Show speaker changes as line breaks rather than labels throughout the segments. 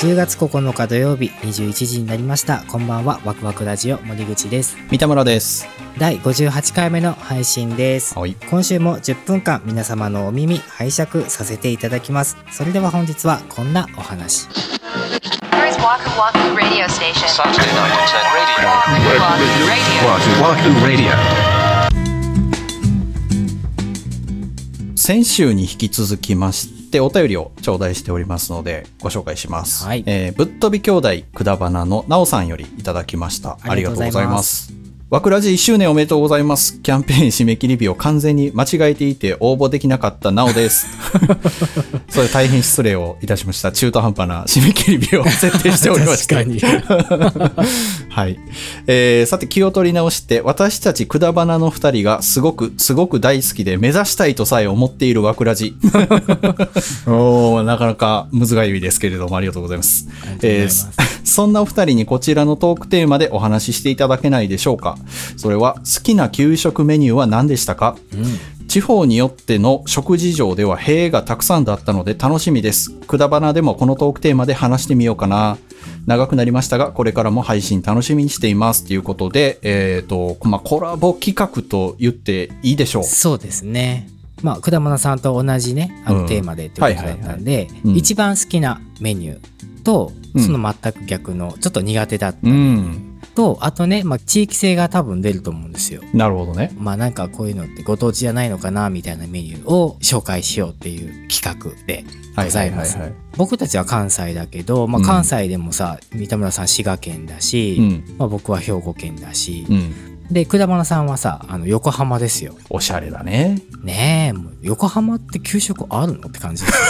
10月9日土曜日21時になりました。こんばんは、ワクワクラジオ森口です。
三田村です。
第58回目の配信です。
はい。
今週も10分間皆様のお耳拝借させていただきます。それでは本日はこんなお話。
Here's Waku Waku Radio Station.
Saturday night at radio.
Waku Waku Radio.
Waku Waku Radio.
先週に引き続きまして、お便りを頂戴しておりますので、ご紹介します。
はい
えー、ぶっ飛び兄弟くだばなのなおさんよりいただきました。
あ
あ
り
り
が
が
と
と
うご
うご
ざ
ざ
い
い
ま
ますす。わくらじ1周年おめでとうございます。キャンペーン締め切り日を完全に間違えていて応募できなかったなおです。 それ大変失礼をいたしました。中途半端な締め切り日を設定しておりまして。 はい。えーさて気を取り直して、私たちくだばなの二人がすごく、すごく大好きで目指したいとさえ思っているわくら じ。おーなかなかむずがゆいですけれども、ありがとうございます。えーそ そんなお二人にこちらのトークテーマでお話ししていただけないでしょうか。それは、好きな給食メニューは何でしたか、地方によっての食事情では塀がたくさんだったので楽しみです。くだばなでもこのトークテーマで話してみようかな。長くなりましたが、これからも配信楽しみにしています。ということで、えっ、と、まあ、コラボ企画と言っていいでしょう。
そうですね。まあ、果物さんと同じね、あ
う
の
ん
テーマでということだったんで
い、うん
一番好きなメニューと、
うん
その全く逆の、ちょっと苦手だった
うん。
と、あとね、まあ、地域性が多分出ると思うんですよ。
なるほどね。
まあなんかこういうのってご当地じゃないのかなみたいなメニューを紹介しようっていう企画でございます
はいはいはい。
僕たちは関西だけど、まあ、
うん
関西でもさ、三田村さん滋賀県だし、
うん。
まあ、僕は兵庫県だし
う、ん。
で果物さんはさあの横浜ですよ。
おしゃれだね。
ねえもう横浜って給食あるのって 感じですよ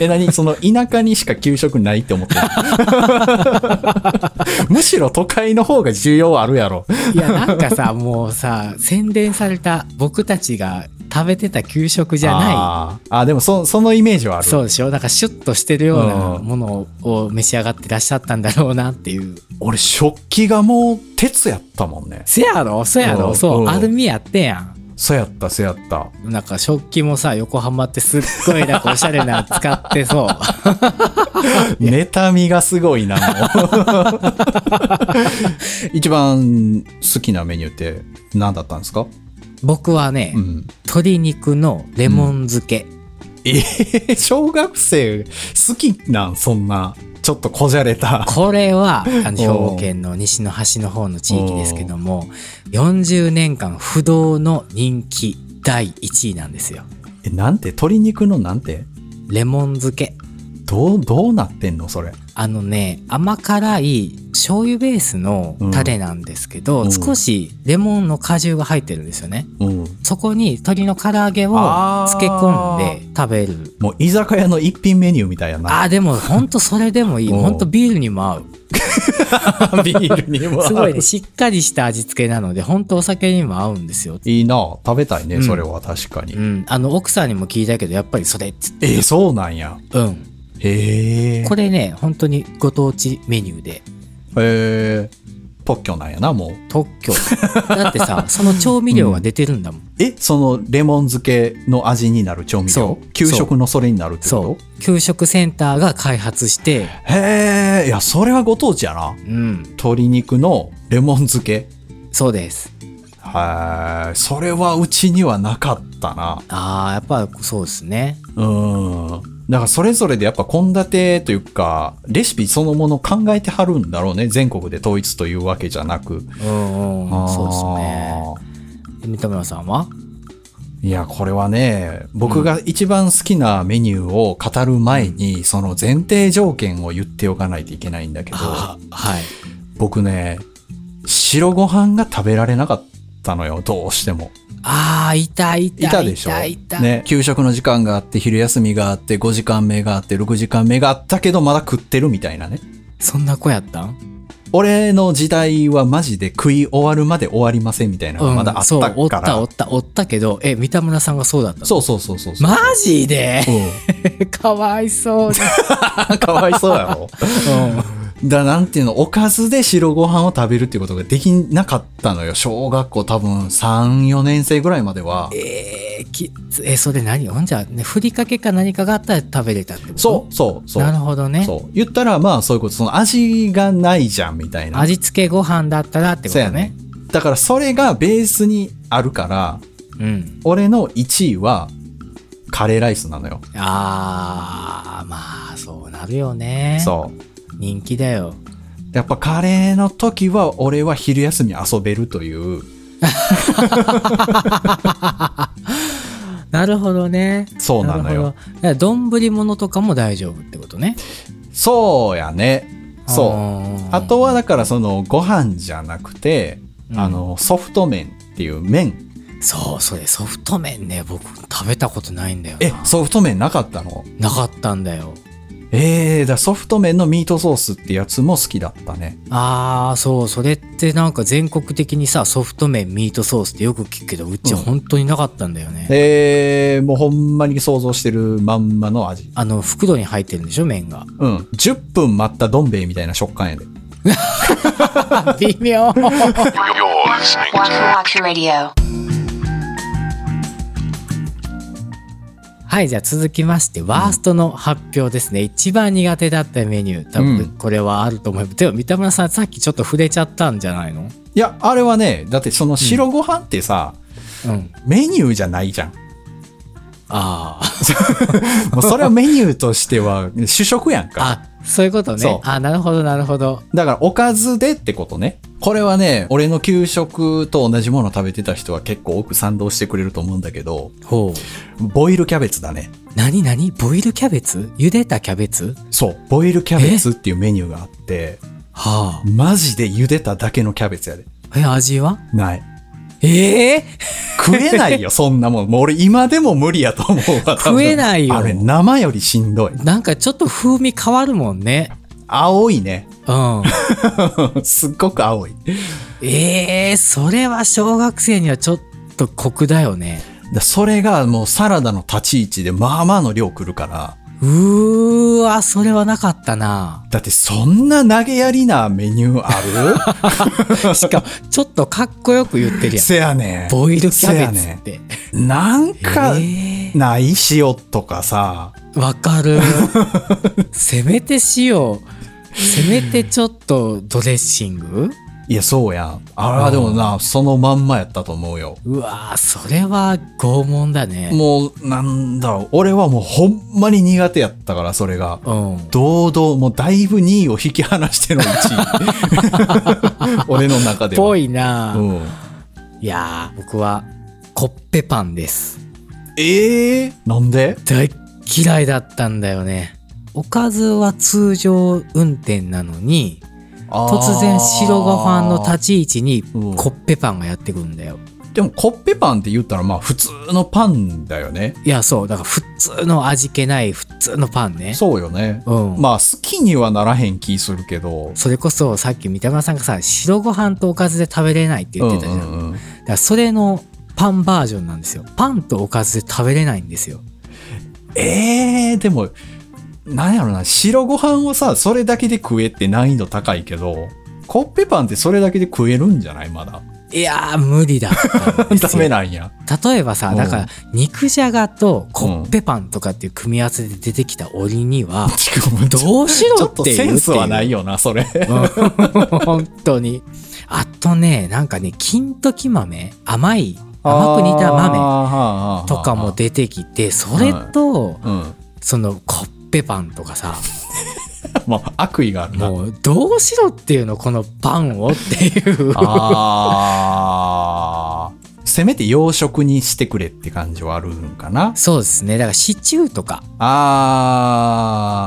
え、何 その田舎にしか給食ないって思 ってるむしろ都会の方が需要あるやろ。
いやなんかさもうさ宣伝された僕たちが食べてた給食じゃない
あーあー、でもそそのイメージはある。
そうでしょなんかシュッとしてるような
うん
ものを召し上がってらっしゃったんだろうなっていう。
俺食器がもう鉄やったもんね
せやろそや
う
ろ
ん
そうう、
ん
アルミやってやん。
そうやったそうやった
なんか食器もさ、横浜ってすっごいなん かおしゃれな使ってそう。
妬みがすごいな もう一番好きなメニューって何だったんですか、
僕はね、
うん、
鶏肉のレモン漬け。
えー小学生好きなんそんなちょっとこじゃれた
これは、あの、兵庫県の西の端の方の地域ですけども、40年間不動の人気第1位なんですよ。
えなんて鶏肉のなんて
レモン漬け。
どうどうなってんのそれ
あのね甘辛い醤油ベースのタレなんですけど、
うん
少しレモンの果汁が入ってるんですよね
うん
そこに鶏の唐揚げを
あー
漬け込んで食べる
もう居酒屋の一品メニューみたいやな
あーでもほんとそれでもいい
うん
ほんとビールにも合う
ビールにも合う
すごいねしっかりした味付けなのでほんとお酒にも合うんですよ
いいな食べたいね、
うん
それは確かに、
うんあの奥さんにも聞いたけどやっぱりそれっつって
えーそうなんや
うん
へえ
これね本当にご当地メニューで
へえ特許なんやなもう
特許 だってさその調味料が出てるんだもん
えそのレモン漬けの味になる調味
そ
料
う
給食のそれになるってこ
そう給食センターが開発して、
とへえいやそれはご当地やな
うん、
鶏肉のレモン漬け
そうです
はいそれはうちにはなかったな
あーやっぱそうですね
うんだからそれぞれでやっぱ献立というかレシピそのもの考えてはるんだろうね全国で統一というわけじゃなく
うん、うん、そうですね
あー
三田村さんはい
や、これはね、僕が一番好きなメニューを語る前に、その前提条件を言っておかないといけないんだけど、
はい
僕ね、白ご飯が食べられなかったのよ、どうしても。
あーいたいた
いたでしょ
いたいた、
ね、給食の時間があって、昼休みがあって、5時間目があって、6時間目があったけど、まだ食ってるみたいなね。
そんな子やったん
俺の時代はマジで食い終わるまで終わりませんみたいなのがまだあった
そ
から。
うおったおったおったけどえ三田村さんがそうだったの
そうそうそうそうそう。
マジで
う
かわいそうに、
んかわい そうやろ。だなんていうのおかずで白ご飯を食べるっていうことができなかったのよ小学校多分34年生ぐらいまでは
ええーきつえそれ何ほんじゃ、ね、ふりかけか何かがあったら食べれたってこと
そうそうそう
なるほどね
そう言ったらまあそういうことその味がないじゃんみたいな
味付けご飯だったらってこと
そう
ね
やねだからそれがベースにあるから
うん
俺の1位はカレーライスなのよ、
あーまあそうなるよね
そう
人気だよ
やっぱカレーの時は俺は昼休み遊べるという
なるほどね
そうなの
る
よ
ほどだから丼物とかも大丈夫ってことね
そうやねそう
う
あとはだからそのご飯じゃなくて、
うん
あのソフト麺っていう麺
そうそれソフト麺ね僕食べたことないんだよ
え
な
ソフト麺なかったの
なかったんだよ
えー、だからソフト麺のミートソースってやつも好きだったね
あーそうそれってなんか全国的にさソフト麺ミートソースってよく聞くけどうち
うん
本当になかったんだよね、
えー、もうほんまに想像してるまんまの味
あの袋に入ってるんでしょ麺 が
うん10分待ったどん兵衛みたいな食感やで
微 妙
You're listening
Waku
to
Waku Radio.
はいじゃあ続きましてワーストの発表ですね、一番苦手だったメニュー多
う
分
ん
これはあると思います、でも三田村さんさっきちょっと触れちゃったんじゃないの
いやあれはねだってその白ご飯ってさ、
うん
メニューじゃないじゃん
あ ー
もうそれはメニューとしては主食やんか
あそういうことね
そう
あなるほどなるほど
だからおかずでってことね。これはね、俺の給食と同じもの食べてた人は結構多く賛同してくれると思うんだけど、
ほう
ボイルキャベツだね。
何何ボイルキャベツ茹でたキャベツ
そう、ボイルキャベツっていうメニューがあって、
は
マジで茹でただけのキャベツやで。
あえ味は
ない。
ええ
食えな いよ、そんなもん。もう俺今でも無理やと思うわ。多分
食えないよ
あれ、生よりしんどい。
なんかちょっと風味変わるもんね。
青い ね。
うん。
すっごく青い。
ええそれは小学生にはちょっと酷だよね。
だそれがもうサラダの立ち位置でまあまあの量来るから、
うーわ、それはなかったな。
だってそんな投げやりなメニューある
しかも、ちょっとかっこよく言ってるやん。
せやねん。
ボイルキャベツって。
なんか
え、ー
ない塩とかさ。
わ、か る。せめて塩。せめてちょっとドレッシング
いや、そうやん。あら、でもな、そのまんまやったと思うよ。
うわーそれは拷問だね。
もう、なんだろう。俺はもうほんまに苦手やったから、それが。
うん。
堂々、もうだいぶ2位を引き離しての1位。 俺の中では。
ぽいな、
うん。
いやー僕は、コッペパンです。
ええなんで
大っ嫌いだったんだよねおかずは通常運転なのに突然白ご飯の立
ち。
ち位置に
うん
コッペパンがやってくるんだよ
でも、コッペパンって言ったら、まあ、普通のパンだよね。
いやそうだから普通の味気ない普通のパンね
そうよね。
うん
まあ好きにはならへん気するけど。
それこそさっき三田村さんがさ白ご飯とおかずで食べれないって言ってたじゃん,、
うんうんうん
だからそれのパンバージョンなんですよパンとおかずで食べれないんですよ
えー、でも、なんやろな、白ご飯をさ、それだけで食えって難易度高いけど、コッペパンってそれだけで食えるんじゃないまだ。
いやー無理だったんですよ
ダメなんや。
例えばさ、
うん
だから肉じゃがとコッペパンとかっていう組み合わせで出てきた折には、
ちくも ちょ
どうし
ち
ろ
ょっ
っ
と
て
セ
いう
ンスはない
よ。
よな、それ。
本当に。あとね、なんかね、金時豆、甘い、甘く煮た豆
豆
とかも。出てきて、それと、
うん。
そのコッペパンとかさ、
もう悪意があるな。
もうどうしろっていうの、このパンをっていう。
あー。せめて洋食にしてくれって感じはあるんかな。
そうですね。だからシチューとか。
あ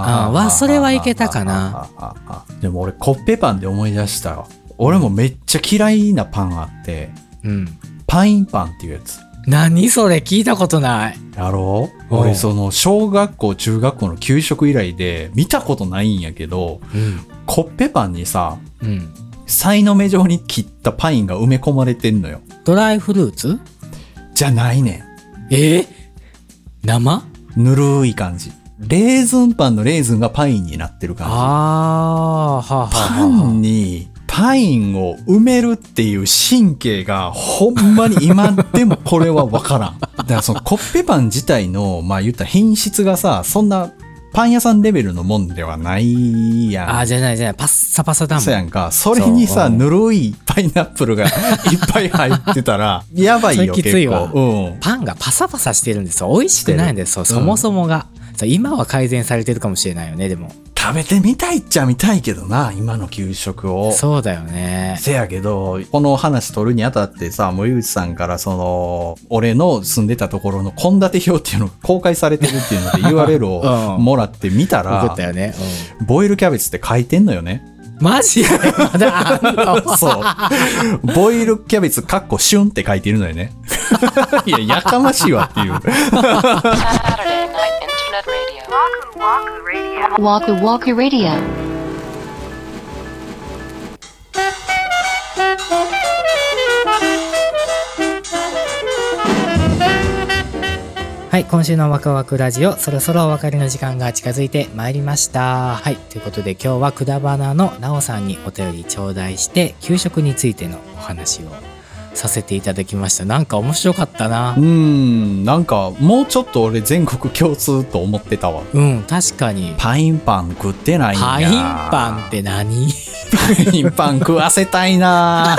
あー
あ
わそれはいけたかな。
あーあーあーでも俺、コッペパンで思い出したわ。俺もめっちゃ嫌いなパンあって、
うん。
パインパンっていうやつ。
何それ聞いたことない。
やろう
おう
俺、その、小学校、中学校の給食以来で見たことないんやけど、
うん。
コッペパンにさ、
うん。
サイの目状に切ったパインが埋め込まれてんのよ。
ドライフルーツ
じゃないね
えー生
ん。ぬるい感じ。レーズンパンのレーズンがパインになってる感じ。
あーはあはあはあ
パンに、パ範囲を埋めるっていう神経がほんまに今でもこれはわから ん。だからそのコッペパン自体の、まあ言ったら品質がさ、そんなパン屋さんレベルのもんではないやん。
ああ、じゃないじゃない、パッサパサだもん。
そうやんか。それにさ、
そううん
ぬるいパイナップルがいっぱい入ってたら、やばいよ、
それき
結
ついわ
構。うん。
パンがパサパサしてるんですよ。美味しくないんですよ。
して
そ
る
もそもが。そう今は改善されてるかもしれないよね、でも。
食べてみたいっちゃ見たいけどな、今の給食を。
そうだよね。
せやけど、この話取るにあたってさ、森口さんからその、俺の住んでたところの献立表っていうのが公開されてるっていうので URL を
うん
もらってみた
送っ
ら
た、よね。
ボイルキャベツって書いてんのよね。
うんマジでまだあん の
そう。ボイルキャベツかっこ旬って書いてるの よね。いや、やかましいわっていう。
Saturday night internet radio. Waku Waku Radio. Waku Waku Radio.
はい、今週のワクワクラジオ、そろそろお別れの時間が近づいてまいりました。はい、ということで今日はくだばなのなおさんにお便り頂戴して、給食についてのお話をさせていただきました。なんか面白かったな
うー。ん、なんか、もうちょっと俺全国共通と思ってたわ。
うん、確かに。
パインパン食ってないんや
パインパンって何
パインパン食わせた いな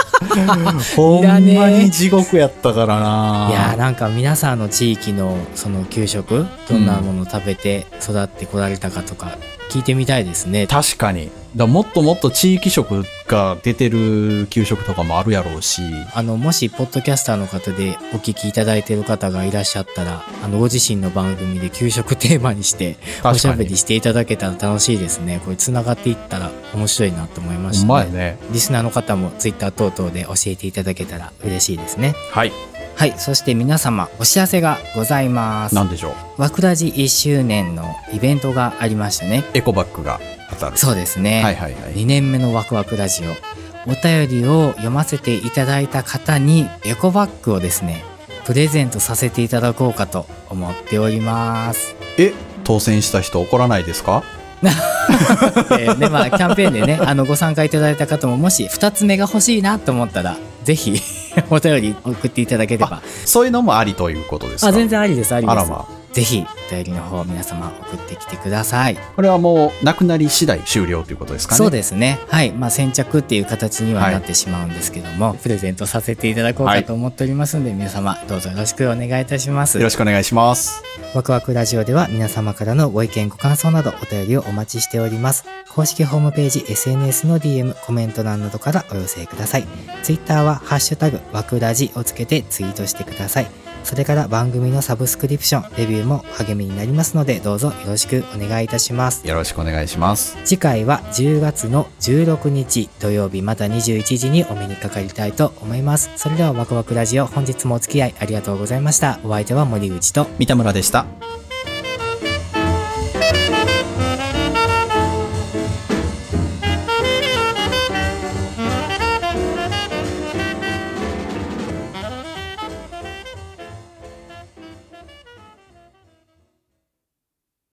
ほ
い
んま
らねえ
に地獄やったからない
やーなんか皆さんの地域のその給食どんなものを食べて育ってこられたかとか聞いてみたいですね。
確かにだもっともっと地域食が出てる給食とかもあるやろうし
あのもしポッドキャスターの方でお聞きいただいてる方がいらっしゃったらあのご自身の番組で給食テーマにしてお
確
しゃ
か
べ
に
りしていただけたら楽しいですねこれつながっていったら面白いなと思いまし
う
た
まい
ね
ね
リスナーの方もツイッター等々で教えていただけたら嬉しいですね
はい
はいそして皆様お知らせがございます
なんでしょう
わくらじ1周年のイベントがありましたね
エコバッグが当たる
そうですね、
はいはいはい
2年目のワクワクラジオお便りを読ませていただいた方にエコバッグをですねプレゼントさせていただこうかと思っております。
え当選した人怒らないですか
で でまあキャンペーンでねあのご参加いただいた方ももし2つ目が欲しいなと思ったらぜひ お便り送っていただければ
そういうのもありということですか
あ全然ありですありで
あ
す
らま
ぜひお便りの方皆様送ってきてください。
これはもうなくなり次第終了ということですかね
そうですねはい、まあ、先着っていう形には
はい
なってしまうんですけども、プレゼントさせていただこう
は
か
い
と思っておりますので、皆様どうぞよろしくお願いいたします
よろしくお願いします
ワクワクラジオでは皆様からのご意見ご感想などお便りをお待ちしております公式ホームページ SNS の DM コメント欄などからお寄せください Twitter は「ハッシュタグワクラジ」をつけてツイートしてくださいそれから番組のサブスクリプションレビューも励みになりますのでどうぞよろしくお願いいたします
よろしくお願いします
次回は10月の16日土曜日また21時にお目にかかりたいと思いますそれではワクワクラジオ本日もお付き合いありがとうございましたお相手は森口と
三田村でした